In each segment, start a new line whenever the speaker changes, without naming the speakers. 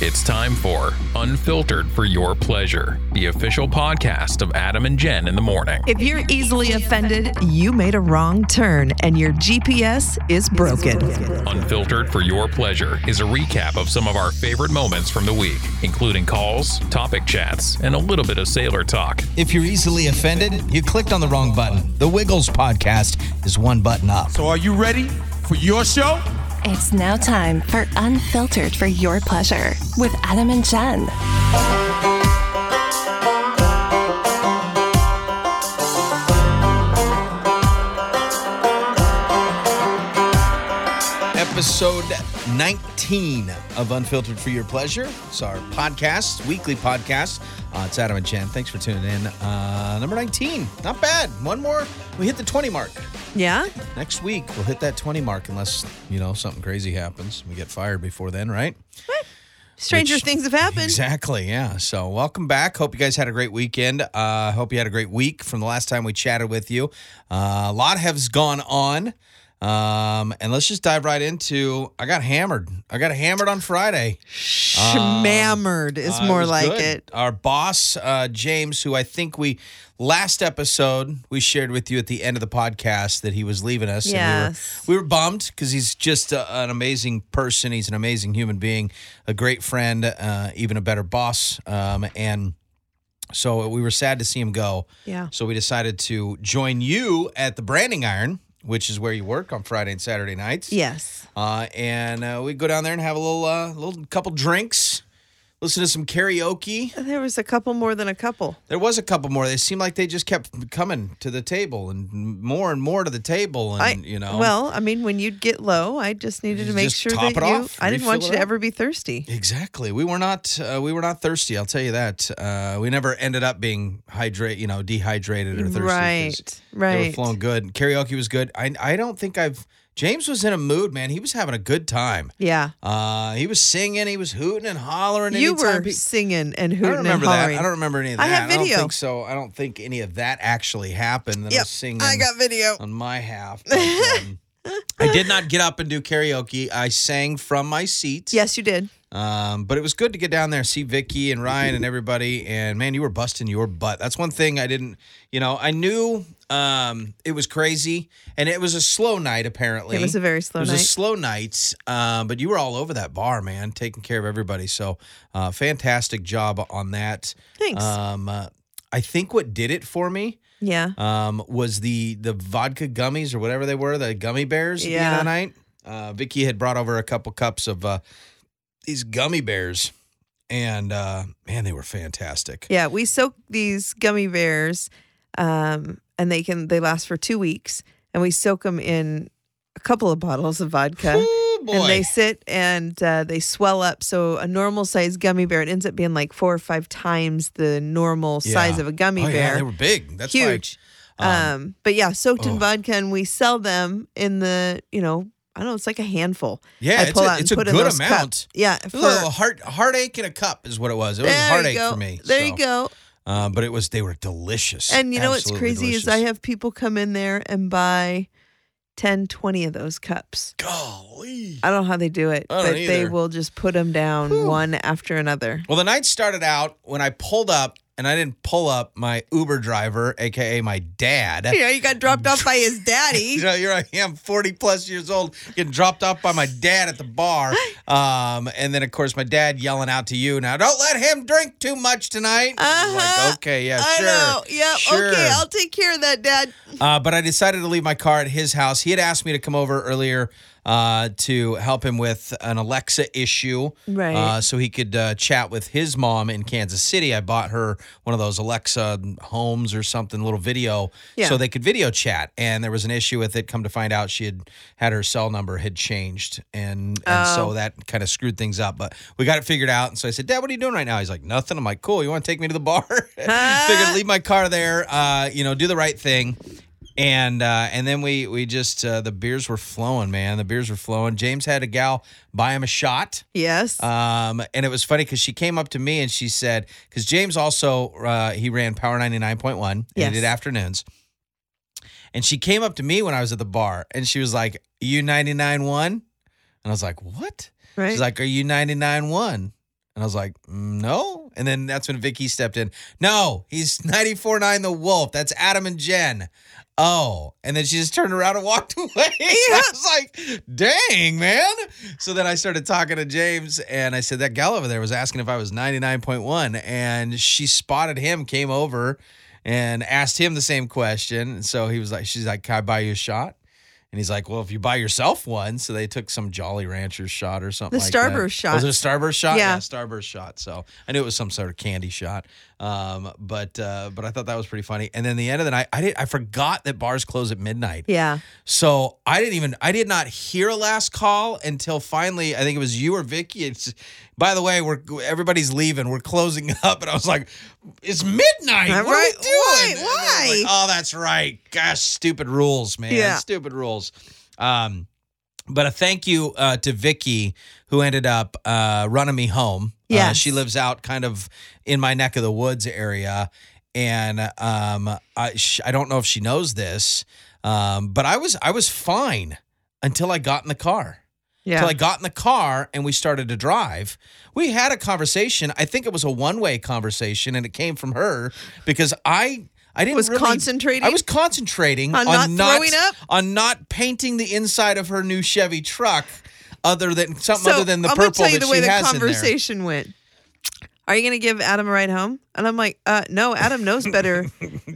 It's time for Unfiltered for Your Pleasure, the official podcast of Adam and Jen in the morning.
If you're easily offended, you made a wrong turn and your GPS is broken.
Unfiltered for Your Pleasure is a recap of some of our favorite moments from the week, including calls, topic chats, and a little bit of sailor talk.
If you're easily offended, you clicked on the wrong button. The Wiggles podcast is one button up.
So are you ready for your show?
It's now time for Unfiltered for Your Pleasure with Adam and Jen.
Episode 19 of Unfiltered for Your Pleasure. It's our podcast, weekly podcast. Uh, it's Adam and Jen. Thanks for tuning in. Uh, number 19. Not bad. One more. We hit the 20 mark.
Yeah?
Next week, we'll hit that 20 mark unless, you know, something crazy happens. We get fired before then, right?
Stranger
Which-
things have happened.
Exactly. Yeah. So, welcome back. Hope you guys had a great weekend. Uh, hope you had a great week from the last time we chatted with you. Uh, a lot has gone on. Um, and let's just dive right into I got hammered. I got hammered on Friday.
Shmammered is
Uh,
more
was
like
good.
it.
Our boss, uh, James, who I think we last episode we shared with you at the end of the podcast that he was leaving us. And
Yes.
we, were, we were bummed because he's just a, an amazing person. He's an amazing human being, a great friend, uh, even a better boss. Um, and so we were sad to see him go.
Yeah.
So we decided to join you at the Branding Iron, which is where you work on Friday and Saturday nights.
Yes.
Uh, and uh, we go down there and have a little, uh, little couple drinks, listen to some karaoke.
There was a couple more than a couple.
There was a couple more. They seemed like they just kept coming to the table and more and more to the table, and
I,
you know,
Well, I mean, when you'd get low, I just needed to
You
make
just
sure
top
that
it
you.
off,
I didn't want
refill
you
it
to
up.
ever be thirsty.
exactly. We were not, uh, we were not thirsty. I'll tell you that. Uh, we never ended up being hydrate, you know, dehydrated or thirsty. 'cause
Right.
They were
Right.
flowing good. Karaoke was good. I, I don't think I've. James was in a mood, man. He was having a good time.
Yeah.
Uh, he was singing. He was hooting and hollering.
You
anytime
were
pe-
singing and
I
hooting
don't remember
and
that.
hollering.
I don't remember any of that.
I have
I
video.
don't think so. I don't think any of that actually happened. That I
Yep,
was singing
I got video.
on my half. but, um, I did not get up and do karaoke. I sang from my seat.
Yes, you did.
Um, but it was good to get down there, see Vicky and Ryan and everybody. And man, you were busting your butt. That's one thing I didn't, you know, I knew um, it was crazy and it was a slow night, apparently.
It was a very slow
It was
night.
a slow night, uh, but you were all over that bar, man, taking care of everybody. So uh, fantastic job on that.
Thanks.
Um, uh, I think what did it for me
Yeah.
um, was the the vodka gummies or whatever they were, the gummy bears at the end of
Yeah.
the night. Uh, Vicky had brought over a couple cups of uh, these gummy bears, and uh, man, they were fantastic.
Yeah, we soak these gummy bears, um, and they can they last for two weeks, and we soak them in a couple of bottles of vodka.
Ooh, boy.
And they sit and uh, they swell up. So a normal size gummy bear, it ends up being like four or five times the normal size
Yeah.
of a gummy
Oh,
bear.
Yeah, they were big. That's oh. why-
huge. um, but yeah, soaked in vodka, and we sell them in the you know I don't know, it's like a handful.
Yeah,
I
it's
pull
a-
out and
it's a
put in
good
those
amount.
cups. Yeah,
It was a little heart heartache in a cup is what it was. It was a
there
heartache
you go.
for me.
There
so,
you go.
Uh, but it was they were delicious.
And you know what's
Absolutely
crazy is I
delicious.
have people come in there and buy 10, 20 of those cups.
golly.
I don't know how they do it,
I don't
but they
either.
will just put them down one after another.
Well, the night started out when I pulled up, and I didn't pull up my Uber driver, aka my dad.
You know, you got dropped off by his daddy.
You know, here I am, 40 plus years old, getting dropped off by my dad at the bar. Um, and then, of course, my dad yelling out to you now, don't let him drink too much tonight. I'm
Uh-huh.
Like, okay, yeah,
I
sure.
know. Yeah.
sure.
Okay. I'll take care of that, Dad.
Uh, but I decided to leave my car at his house. He had asked me to come over earlier uh, to help him with an Alexa issue,
Right.
Uh, so he could uh, chat with his mom in Kansas City. I bought her one of those Alexa homes or something, little video,
Yeah.
so they could video chat. And there was an issue with it. Come to find out, she had had her cell number had changed, and, and
Oh.
so that kind of screwed things up. But we got it figured out. And so I said, Dad, what are you doing right now? He's like, Nothing. I'm like, Cool. You want to take me to the bar? Figured leave my car there. Uh, you know, do the right thing and uh, and then we we just uh, the beers were flowing, man. The beers were flowing. James had a gal buy him a shot.
Yes.
Um, and it was funny because she came up to me and she said, because James also uh, he ran Power ninety nine point one and
Yes.
he did afternoons. And she came up to me when I was at the bar and she was like, "You ninety nine one," and I was like, "What?"
right.
She's like, "Are you ninety nine one?" And I was like, "Mm, no. And then that's when Vicky stepped in. No, he's 94.9 The Wolf. That's Adam and Jen. Oh. And then she just turned around and walked away. I was like, dang, man. So then I started talking to James and I said, that gal over there was asking if I was 99.1. And she spotted him, came over and asked him the same question. And so he was like, she's like, can I buy you a shot? And he's like, well, if you buy yourself one. So they took some Jolly Rancher shot or something
The
like that.
Starburst shot.
Was it a Starburst shot?
Yeah.
Starburst shot. So I knew it was some sort of candy shot. Um, but uh, but I thought that was pretty funny. And then the end of the night, I did I forgot that bars close at midnight.
Yeah.
So I didn't even I did not hear a last call until finally I think it was you or Vicky. It's by the way, we're everybody's leaving. We're closing up, and I was like, "It's midnight.
I'm
what
right.
are we
Why?
doing?" And I was
Why?
like, oh, that's right. Gosh, stupid rules, man.
Yeah.
Stupid rules. Um, but a thank you uh, to Vicky who ended up uh, running me home. Yeah,
Yes.
she lives out kind of in my neck of the woods area, and um, I sh- I don't know if she knows this, um, but I was I was fine until I got in the car.
Yeah.
Till I got in the car and we started to drive. We had a conversation. I think it was a one way conversation, and it came from her because I I didn't
Was
really-
concentrating?
I was concentrating
On not throwing up?
on not painting the inside of her new Chevy truck. Other than something other than the
I'm gonna
purple
tell you
that
the way
she
the
has in there.
conversation went. Are you going to give Adam a ride home? And I'm like, uh, no, Adam knows better.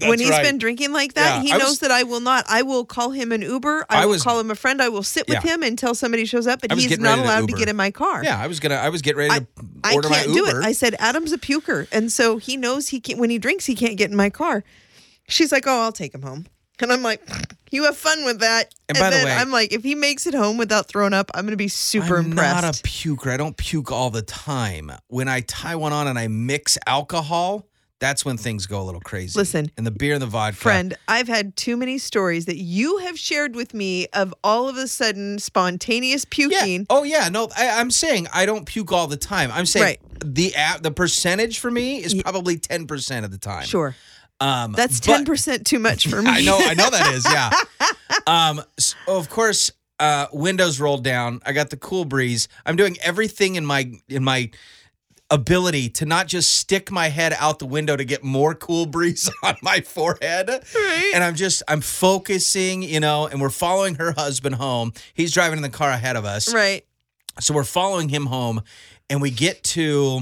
when he's
right.
been drinking like that,
Yeah,
he
I
knows
was-
that I will not. I will call him an Uber. I,
I
will
was-
call him a friend. I will sit with
Yeah.
him until somebody shows up, but
I was
he's
getting
not
ready to
allowed to
Uber.
get in my car.
Yeah, I was gonna. I was getting ready
I,
to
I
order
can't
my
do
Uber.
it. I said, Adam's a puker. And so he knows he can't, when he drinks, he can't get in my car. She's like, oh, I'll take him home. And I'm like, you have fun with that.
And by the
then
way-
I'm like, if he makes it home without throwing up, I'm going to be super
I'm
impressed.
not a puker. I don't puke all the time. When I tie one on and I mix alcohol, that's when things go a little crazy.
Listen,
and the beer and the vodka.
Friend, I've had too many stories that you have shared with me of all of a sudden spontaneous
Yeah.
puking.
Oh yeah. No, I, I'm saying I don't puke all the time. I'm saying
Right.
the app, the percentage for me is probably ten percent of the time.
Sure.
Um,
That's
but-
10% too much for me.
I know, I know that is, yeah. Um, s- of course, uh, windows rolled down. I got the cool breeze. I'm doing everything in my in my ability to not just stick my head out the window to get more cool breeze on my forehead. And I'm just I'm focusing, you know, and we're following her husband home. He's driving in the car ahead of us.
Right.
So we're following him home, and we get to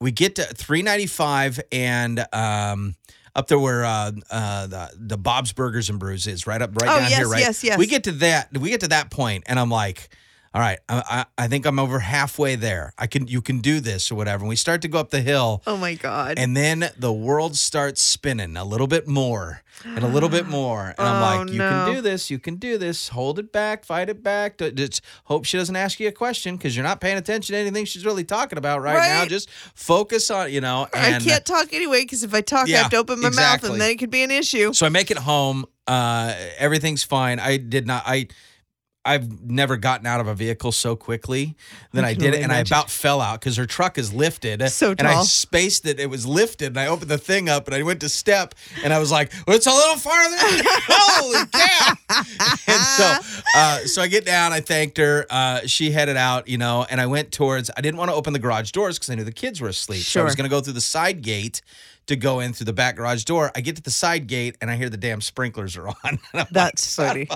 we get to 395 and um up there where uh, uh, the the Bob's Burgers and Brews is, right up right
Oh,
down
yes,
here, right?
yes, yes.
We get to that we get to that point, and I'm like. All right, I, I I think I'm over halfway there. I can you can do this or whatever. And we start to go up the hill,
Oh my God.
and then the world starts spinning a little bit more and a little bit more. And I'm
Oh,
like, you
no.
can do this. You can do this. Hold it back. Fight it back. D- Just hope she doesn't ask you a question because you're not paying attention to anything she's really talking about right, now.
Right.
Just focus on, you know.
I
And
can't talk anyway because if I talk, I
Yeah,
have to open my mouth
exactly.
and then it could be an issue.
So I make it home. Uh, everything's fine. I did not. I. I've never gotten out of a vehicle so quickly than I,
can
did,
only
and I
imagine.
about fell out because her truck is lifted.
So
And I
tall.
spaced it; it was lifted, and I opened the thing up, and I went to step, and I was like, well, "It's a little farther." Holy cow! and so, uh, so I get down. I thanked her. Uh, she headed out, you know, and I went towards. I didn't want to open the garage doors because I knew the kids were asleep. So I was
Sure.
going to go through the side gate to go in through the back garage door. I get to the side gate, and I hear the damn sprinklers are on. And I'm
That's funny.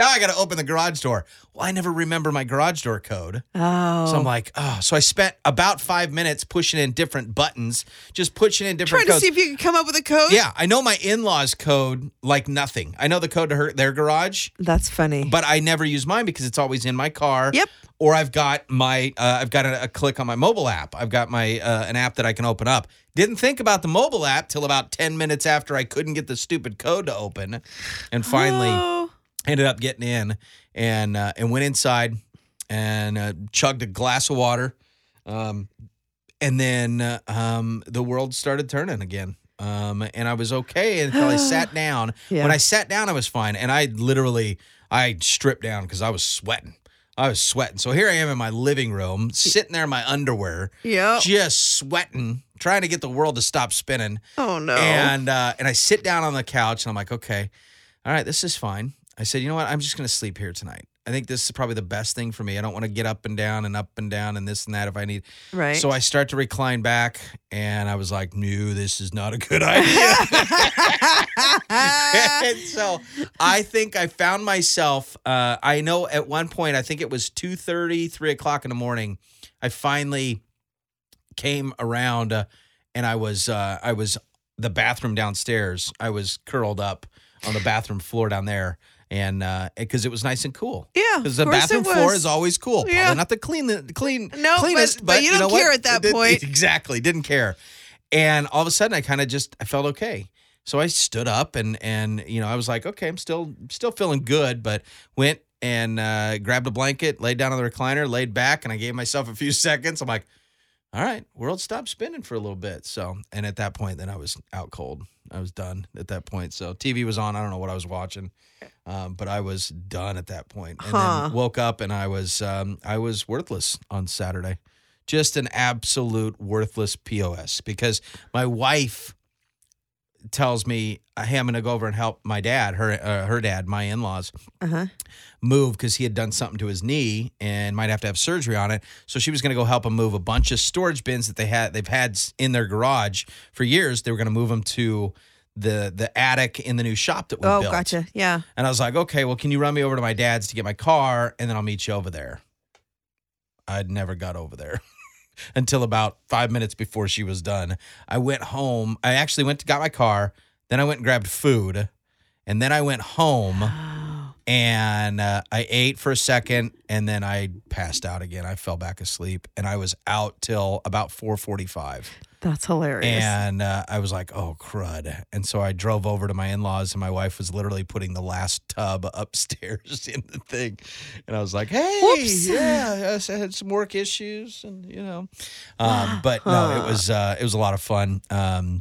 now I got to open the garage door. Well, I never remember my garage door code.
Oh.
So I'm like, oh. So I spent about five minutes pushing in different buttons, just pushing in different
Trying to
codes.
see if you can come up with a code.
yeah, I know my in-laws code like nothing. I know the code to her their garage,
That's funny.
but I never use mine because it's always in my car.
Yep.
Or I've got my uh, I've got a, a click on my mobile app. I've got my uh, an app that I can open up. Didn't think about the mobile app till about ten minutes after I couldn't get the stupid code to open, and finally
Oh.
ended up getting in and uh, and went inside and uh, chugged a glass of water, um, and then uh, um, the world started turning again. Um, and I was okay until I sat down.
Yeah.
When I sat down, I was fine, and I literally I stripped down because I was sweating. I was sweating. So here I am in my living room, sitting there in my underwear,
Yep.
just sweating, trying to get the world to stop spinning.
oh no.
And uh, and I sit down on the couch and I'm like, okay, all right, this is fine. I said, you know what? I'm just gonna sleep here tonight. I think this is probably the best thing for me. I don't want to get up and down and up and down and this and that if I need.
Right.
So I start to recline back, and I was like, "No, this is not a good idea." and so I think I found myself. Uh, I know at one point, I think it was 2 3 o'clock in the morning. I finally came around, uh, and I was uh, I was the bathroom downstairs. I was curled up on the bathroom floor down there, and because it was nice and cool.
Yeah, of
because the
course it
bathroom floor
was.
is always cool.
Yeah.
Probably not the clean the clean
No, but-
cleanest,
but
but,
you don't
know what?
care at that
It didn't-
point.
Exactly, didn't care. And all of a sudden, I kind of just I felt okay. So I stood up and and you know I was like, okay, I'm still still feeling good, but went and uh, grabbed a blanket, laid down on the recliner, laid back, and I gave myself a few seconds. I'm like, all right, world stopped spinning for a little bit. So and at that point, then I was out cold. I was done at that point. So TV was on. I don't know what I was watching, um, but I was done at that point. And
Huh.
then woke up and I was um, I was worthless on Saturday just an absolute worthless POS because my wife tells me, "Hey, I'm going to go over and help my dad, her uh, her dad, my in-laws,
Uh-huh.
move because he had done something to his knee and might have to have surgery on it. So she was going to go help him move a bunch of storage bins that they had they've had s- in their garage for years. They were going to move them to the the attic in the new shop that we
Oh,
built.
gotcha. Yeah.
And I was like, okay, well, can you run me over to my dad's to get my car and then I'll meet you over there? I'd never got over there until about five minutes before she was done. I went home. I actually went to got my car. Then I went and grabbed food. And then I went home and uh, I ate for a second and then I passed out again. I fell back asleep and I was out till about 445.
That's hilarious.
And uh, I was like, oh, crud. And so I drove over to my in laws, and my wife was literally putting the last tub upstairs in the thing. And I was like, hey,
Whoops.
yeah, I s- I had some work issues, and you know. Um, but no, it was uh, it was a lot of fun. Um,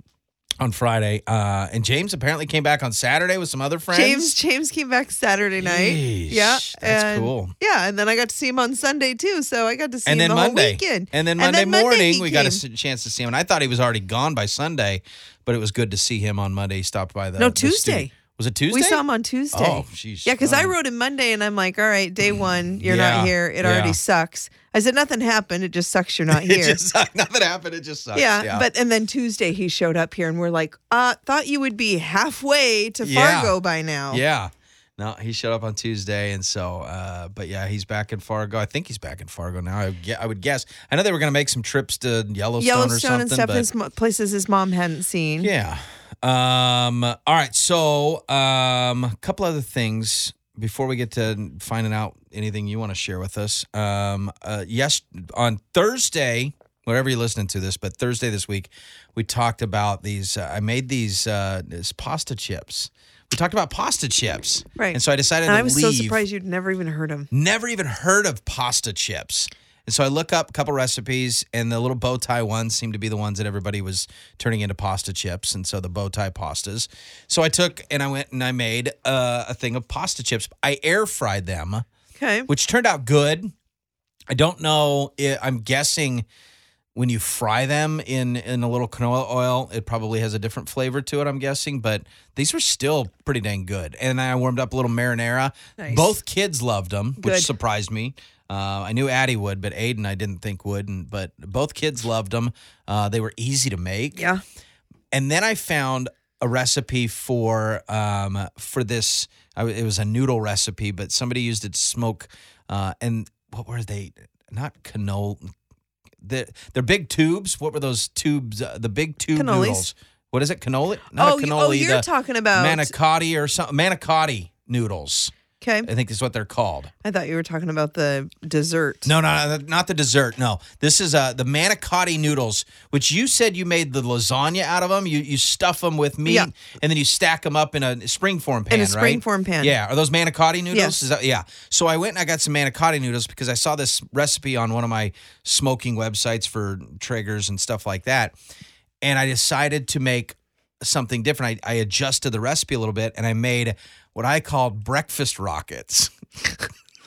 on Friday, uh, and James apparently came back on Saturday with some other friends.
James James came back Saturday night.
Yeesh,
yeah,
that's
and,
cool.
Yeah, and then I got to see him on Sunday too. So I got to see
and
him the
then
whole
Monday,
weekend.
and then Monday morning,
he
we got a
came.
s- chance to see him. And I thought he was already gone by Sunday, but it was good to see him on Monday. He stopped by the
No,
the studio.
Tuesday.
was it Tuesday?
We saw him on Tuesday.
Oh, she's
yeah, because I
gone.
wrote him Monday, and I'm like, "All right, day one, you're
Yeah,
not here. It
yeah.
already sucks." I said, "Nothing happened. It just sucks you're not here."
It just sucked. Nothing happened. It just sucks.
yeah, but and then Tuesday he showed up here, and we're like, "Uh, thought you would be halfway to
Yeah.
Fargo by now."
yeah. No, he showed up on Tuesday, and so, uh, but yeah, he's back in Fargo. I think he's back in Fargo now. I would, ge- I would guess. I know they were going to make some trips to Yellowstone, or
Yellowstone
something.
and stuff
but
his mo- places his mom hadn't seen.
Yeah. Um, all right. So, um, a couple other things before we get to finding out anything you want to share with us. Um, uh, yes, on Thursday, wherever you're listening to this, but Thursday this week, we talked about these. Uh, I made these uh, this pasta chips. We talked about pasta chips,
Right.
And so I decided
And
to
I was
leave
so surprised you'd never even heard him.
never even heard of pasta chips. And so I look up a couple recipes, and the little bow tie ones seem to be the ones that everybody was turning into pasta chips. And so the bow tie pastas. So I took and I went and I made uh, a thing of pasta chips. I air fried them,
Okay.
which turned out good. I don't know. i I'm guessing when you fry them in in a little canola oil, it probably has a different flavor to it. I'm guessing, but these were still pretty dang good. And I warmed up a little marinara.
Nice.
Both kids loved them,
Good.
which surprised me. Uh, I knew Addie would, but Aiden I didn't think would. And but both kids loved them. Uh, they were easy to make.
Yeah.
And then I found a recipe for um, for this. I, it was a noodle recipe, but somebody used it to smoke. Uh, and what were they? Not canola. They're, they're big tubes. What were those tubes? Uh, the big tube
Cannolis.
noodles. What is it? Cannoli? Not
oh,
a
you-
cannoli.
oh, you're
the
talking about
manicotti or something. Manicotti noodles.
Okay.
I think is what they're called.
I thought you were talking about the dessert.
No, no, no, not the dessert. No, this is uh, the manicotti noodles, which you said you made the lasagna out of them. You you stuff them with meat,
Yeah.
and then you stack them up in a springform pan.
In a
right?
springform pan.
Yeah, are those manicotti noodles?
Yes.
Is that, yeah. So I went and I got some manicotti noodles because I saw this recipe on one of my smoking websites for triggers and stuff like that, and I decided to make something different. I, I adjusted the recipe a little bit, and I made what I called breakfast rockets.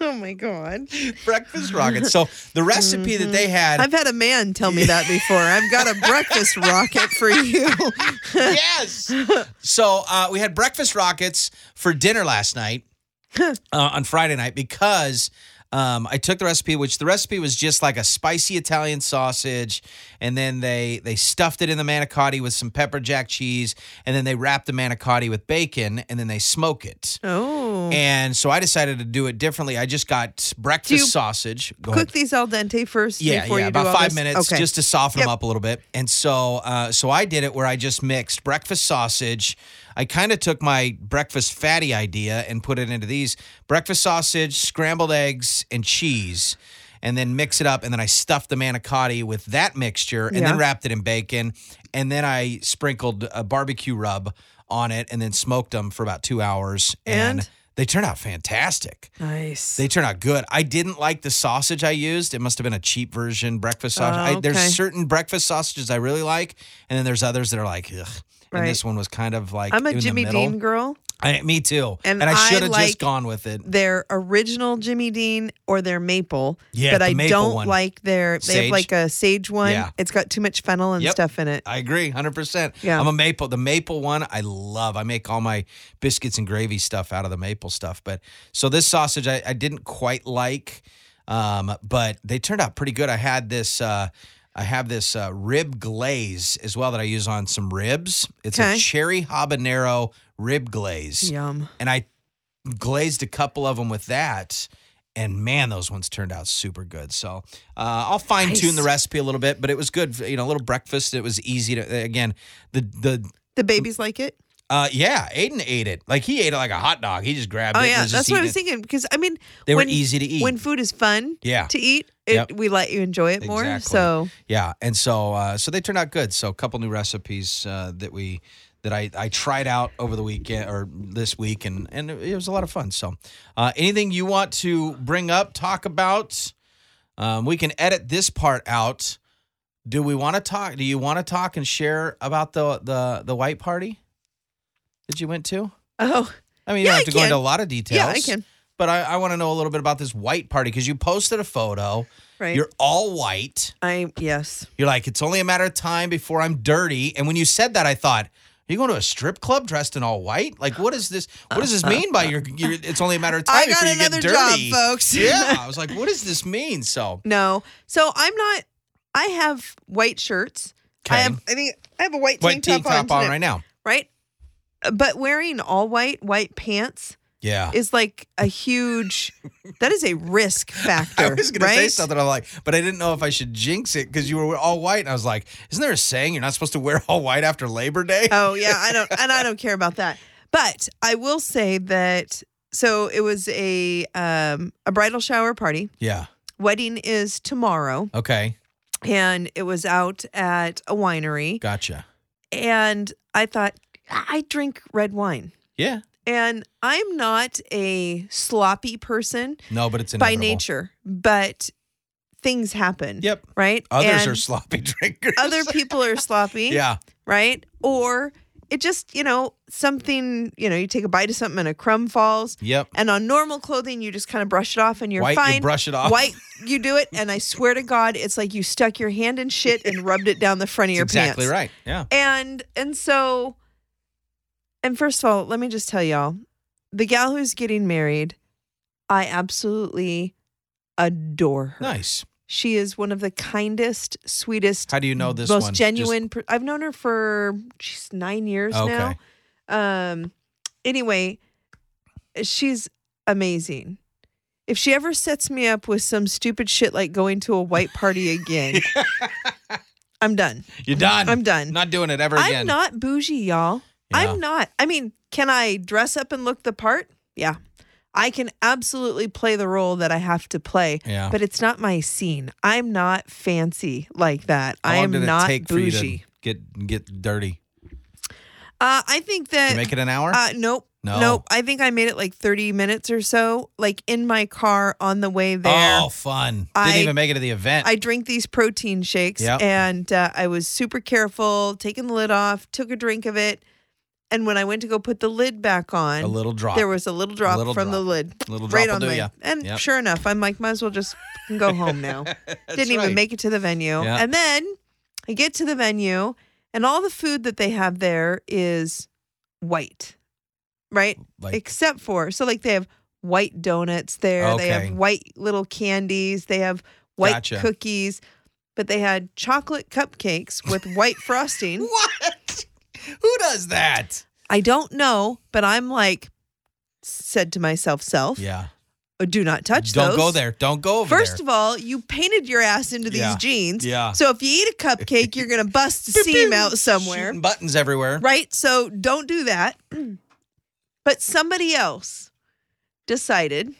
Oh my god.
breakfast rockets. So the recipe that they had,
Mm-hmm. I've had a man tell me that before. I've got a breakfast rocket for you.
yes. So uh, we had breakfast rockets for dinner last night, uh, on Friday night because um, I took the recipe, which the recipe was just like a spicy Italian sausage, and then they they stuffed it in the manicotti with some pepper jack cheese, and then they wrap the manicotti with bacon, and then they smoke it.
Oh.
And so I decided to do it differently. I just got
Do
breakfast
you
sausage. Go ahead.
Cook these al dente first
Yeah,
before
yeah,
you
about
do all
five
this?
minutes
Okay.
just to soften
Yep.
them up a little bit. And so, uh, so I did it where I just mixed breakfast sausage. I kind of took my breakfast fatty idea and put it into these breakfast sausage, scrambled eggs, and cheese. And then mix it up, and then I stuffed the manicotti with that mixture, and
Yeah.
then wrapped it in bacon, and then I sprinkled a barbecue rub on it, and then smoked them for about two hours,
And?
and they turned out fantastic.
nice.
They turn out good. I didn't like the sausage I used. It must have been a cheap version breakfast sausage.
Oh,
I, there's
okay.
certain breakfast sausages I really like, and then there's others that are like, ugh.
Right.
And this one was kind of like
I'm a
in
Jimmy
the middle.
Dean girl.
I, me too.
And
And, I
I
should have
like
just gone with it.
Their original Jimmy Dean or their maple.
Yeah,
but
the
I
maple
don't
one.
like their. They have
Sage.
like a sage one.
Yeah.
It's got too much fennel and
Yep.
stuff in it.
I agree, hundred percent.
Yeah.
I'm a maple. The maple one I love. I make all my biscuits and gravy stuff out of the maple stuff. But so this sausage I, I didn't quite like, um, but they turned out pretty good. I had this. Uh, I have this uh, rib glaze as well that I use on some ribs. It's
Okay.
a cherry habanero rib glaze,
Yum.
and I glazed a couple of them with that. And man, those ones turned out super good. So uh, I'll fine tune the
Nice.
recipe a little bit, but it was good. You know, a little breakfast. It was easy to again the the
The babies like it.
uh, yeah. Aiden ate it like he ate it like a hot dog. He just grabbed
Oh
it. and
yeah,
was
that's
just
what I
eating
was
it.
thinking. Because I mean,
They
when,
were easy to eat.
When food is fun
Yeah.
to eat, it,
Yep.
we let you enjoy it more.
Exactly.
So
yeah, and so uh, so they turned out good. So a couple new recipes uh, that we that I, I tried out over the weekend or this week, and and it was a lot of fun. So uh, anything you want to bring up, talk about, um, we can edit this part out. Do we want to talk? Do you want to talk and share about the the the white party that you went to?
oh
I mean, you
Yeah,
don't
I
have to go
can.
into a lot of details.
yeah, I can.
But I, I want to know a little bit about this white party because you posted a photo.
Right.
You're all white.
I yes.
You're like, it's only a matter of time before I'm dirty. And when you said that, I thought, are you going to a strip club dressed in all white? Like, what is this? What does this mean by your? your it's only a matter of time
I
before
got
you get
another job,
dirty,
folks.
yeah, I was like, what does this mean? So,
No. So I'm not. I have white shirts. I
Okay.
have. I think I have a white
white
tank
tank
top,
top on
today,
right now.
Right. But wearing all white, white pants
Yeah.
is like a huge. that is a risk factor.
I was gonna
right?
say something. I'm like, but I didn't know if I should jinx it because you were all white. And I was like, isn't there a saying you're not supposed to wear all white after Labor Day?
Oh yeah, I don't, and I don't care about that. But I will say that. So it was a um, a bridal shower party.
yeah.
Wedding is tomorrow,
Okay.
and it was out at a winery.
Gotcha.
And I thought I I drink red wine,
Yeah.
and I'm not a sloppy person
No, but it's
by
inevitable.
nature, but things happen.
Yep.
Right.
Others
And
are sloppy drinkers.
Other people are sloppy.
yeah.
right? Or it just, you know, something, you know, you take a bite of something and a crumb falls.
Yep.
And on normal clothing, you just kind of brush it off and you're
White, you
fine.
brush it off.
White, you do it. And I swear to God, it's like you stuck your hand in shit and rubbed it down the front of your
exactly
pants.
right. Yeah.
And and so and first of all, let me just tell y'all, the gal who's getting married, I absolutely adore her.
Nice.
She is one of the kindest, sweetest,
How do you know this
most
one? Just-
genuine. per- I've known her for she's nine years
Okay.
now. Um, anyway, she's amazing. If she ever sets me up with some stupid shit like going to a white party again, I'm done.
You're done.
I'm done.
Not doing it ever again.
I'm not bougie, y'all.
Yeah.
I'm not. I mean, can I dress up and look the part? Yeah. I can absolutely play the role that I have to play,
Yeah.
but it's not my scene. I'm not fancy like that.
How
I
long
am
did it
not
take
bougie.
for you to get get dirty?
Uh, I think that.
Did you make it an hour?
Uh, nope.
No.
Nope. I think I made it like 30 minutes or so, like in my car on the way there.
oh, fun! Didn't
I-
even make it to the event.
I drink these protein shakes
Yep.
and uh, I was super careful, taking the lid off, took a drink of it. And when I went to go put the lid back on,
a little drop.
there was a little drop
little
from the
drop.
lid.
Little
right
drop will
on my.
do ya.
And
Yep.
sure enough, I'm like, might as well just f***ing go home now. Didn't even
right.
make it to the venue.
Yeah.
And then I get to the venue, and all the food that they have there is white, right?
Like-
Except for, so like they have white donuts there. They
Okay.
have white little candies. They have white
Gotcha.
cookies. But they had chocolate cupcakes with white frosting.
What? Who does that?
I don't know, but I'm like said to myself, self,
Yeah.
do not touch
Don't
those.
go there. Don't go over
First
there.
of all, you painted your ass into these
Yeah.
jeans.
Yeah.
So if you eat a cupcake, you're gonna bust a seam out somewhere.
Shooting buttons everywhere.
Right? So don't do that. But somebody else decided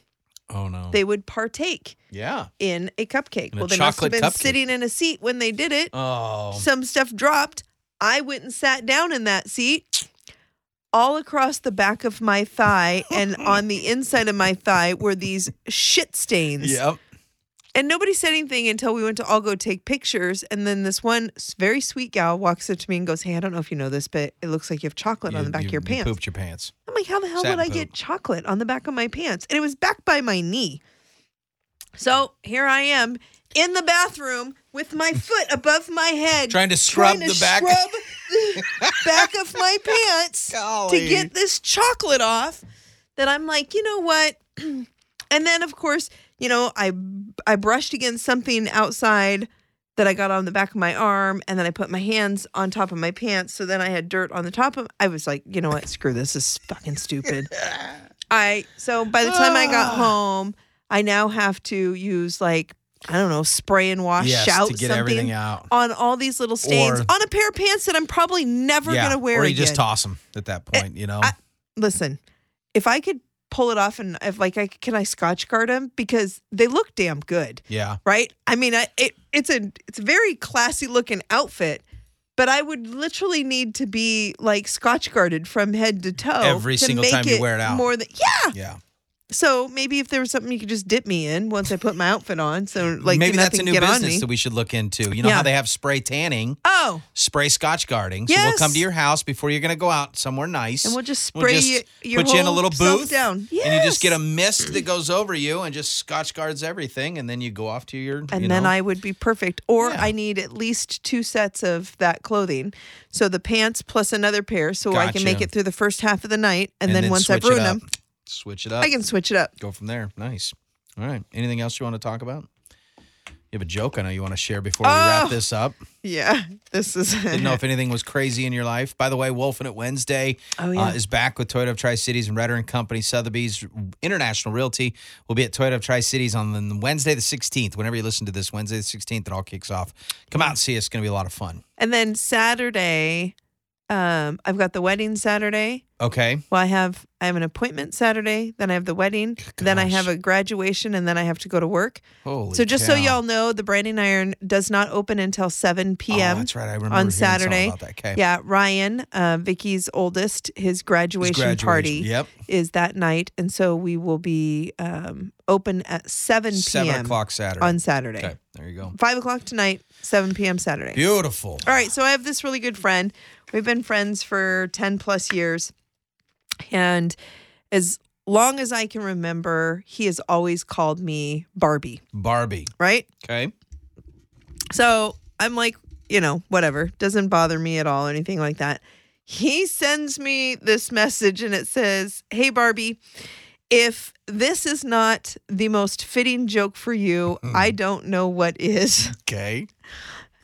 Oh no.
they would partake
yeah.
in a cupcake.
In a
well, they must have
chocolate
been
cupcake.
sitting in a seat when they did it.
Oh.
Some stuff dropped. I went and sat down in that seat. All across the back of my thigh and on the inside of my thigh were these shit stains.
Yep.
And nobody said anything until we went to all go take pictures. And then this one s- very sweet gal walks up to me and goes, Hey, I don't know if you know this, but it looks like you have chocolate on the back of your pants.
pooped your pants.
I'm like, How the hell
Satin
would I get
poop.
chocolate on the back of my pants? And it was back by my knee. So here I am in the bathroom with my foot above my head,
Trying to scrub
trying
the back.
scrub the back of my pants to
Golly.
get this chocolate off that I'm like, you know what? and then of course, you know, I I brushed against something outside that I got on the back of my arm and then I put my hands on top of my pants so then I had dirt on the top of I was like, you know what? Screw this. This is fucking stupid. I so by the time I
Ah.
got home, I now have to use like I don't know, spray and wash,
Yes,
shout
to get
something
everything out.
on all these little stains
Or-
on a pair of pants that I'm probably never
yeah.
gonna wear
or you
again. Eh,
just toss them at that point, you know.
I- Listen, if I could pull it off and if like I can I scotch guard them because they look damn good,
yeah.
right? I mean, I, it it's a it's a very classy looking outfit. But I would literally need to be like scotch guarded from head to toe
Every
to
single
make
time you wear it out.
More than yeah,
Yeah.
so maybe if there was something you could just dip me in once I put my outfit on, so like
Maybe that's
nothing
a new
can get on
business
me.
that we should look into. You know
Yeah.
how they have spray tanning,
oh,
spray scotch guarding. So
Yes.
we'll come to your house before you're going to go out somewhere nice.
and we'll just spray you. your
put you in a
whole
little
self
booth
down.
and you just get a
Yes.
mist that goes over you and just scotch guards everything and then you go off to your
and
you
then
know.
I would be perfect. Or
Yeah.
I need at least two sets of that clothing. So the pants plus another pair so I can make
Gotcha.
it through the first half of the night. And,
and
then, once I've
switch it
ruined
up.
them,
switch it up
I can switch it up.
go from there nice all right anything else you want to talk about you have a joke I know you want to share before we
Oh.
wrap this up.
Yeah. This is.
Didn't know if anything was crazy in your life. By the way, Wolfing It Wednesday
Oh,
uh,
yeah.
is back with Toyota of Tri Cities and Redder and Company Sotheby's International Realty. We'll be at Toyota of Tri Cities on the- Wednesday the 16th. Whenever you listen to this, Wednesday the 16th, it all kicks off. Come out and see us. It's going to be a lot of fun.
and then Saturday, um, I've got the wedding Saturday.
Okay.
Well, I have I have an appointment Saturday, then I have the wedding, then I
Gosh.
have a graduation, and then I have to go to work.
Holy
so just so
cow.
y'all know, the Branding Iron does not open until seven
Oh,
p.m.
that's right. I remember
on
hearing something
Saturday.
about that. Okay.
Yeah, Ryan, uh, Vicky's oldest, his
His
graduation,
graduation.
party
Yep.
is that night, and so we will be um, open at seven p.m.
Seven o'clock Saturday.
on Saturday.
Okay. There you go.
Five o'clock tonight, seven p.m. Saturday.
Beautiful.
All right, so I have this really good friend. We've been friends for 10 plus years. And as long as I can remember, he has always called me Barbie,
Barbie.
right?
Okay.
So I'm like, you know, whatever. Doesn't bother me at all or anything like that. He sends me this message and it says, Hey, Barbie, if this is not the most fitting joke for you, I don't know what is.
Okay.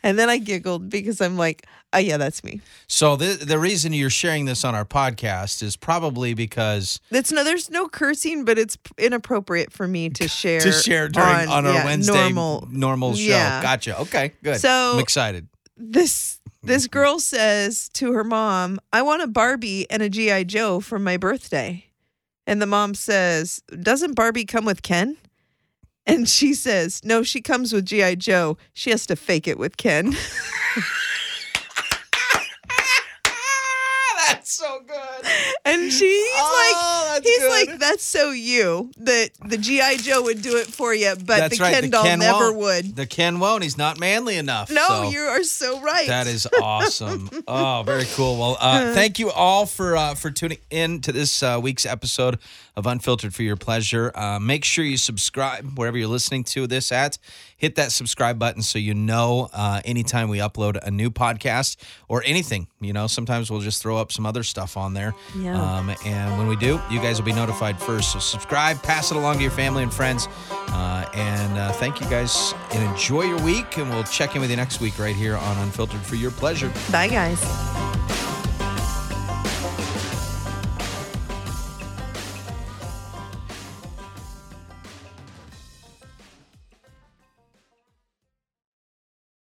And then I giggled because I'm like, Oh, yeah, that's me.
So the the reason you're sharing this on our podcast is probably because
That's no, there's no cursing, but it's inappropriate for me to share
to share during on, our
yeah,
Wednesday
normal.
normal show.
Yeah.
Gotcha. Okay. Good.
So-
I'm excited.
This this
mm-hmm.
girl says to her mom, "I want a Barbie and a GI Joe for my birthday," and the mom says, "Doesn't Barbie come with Ken?" And she says, "No, she comes with GI Joe. She has to fake it with Ken."
That's so good.
And she's
Oh,
like,
that's
he's
good.
like, "That's so you that the GI Joe would do it for you, but
That's
the
right.
Ken
the
doll
Ken
never
won't.
would."
The Ken won't. He's not manly enough.
No,
so.
you are so right.
That is awesome. oh, very cool. Well,
Uh-huh.
uh, thank you all for uh, for tuning in to this uh, week's episode of Unfiltered for Your Pleasure. Uh, make sure you subscribe wherever you're listening to this at. Hit that subscribe button so you know uh, anytime we upload a new podcast or anything. You know, sometimes we'll just throw up some other stuff on there.
Yeah.
Um, and when we do, you guys. guys will be notified first. So subscribe, pass it along to your family and friends. Uh, and uh, thank you guys and enjoy your week. And we'll check in with you next week right here on Unfiltered for Your Pleasure.
Bye, guys.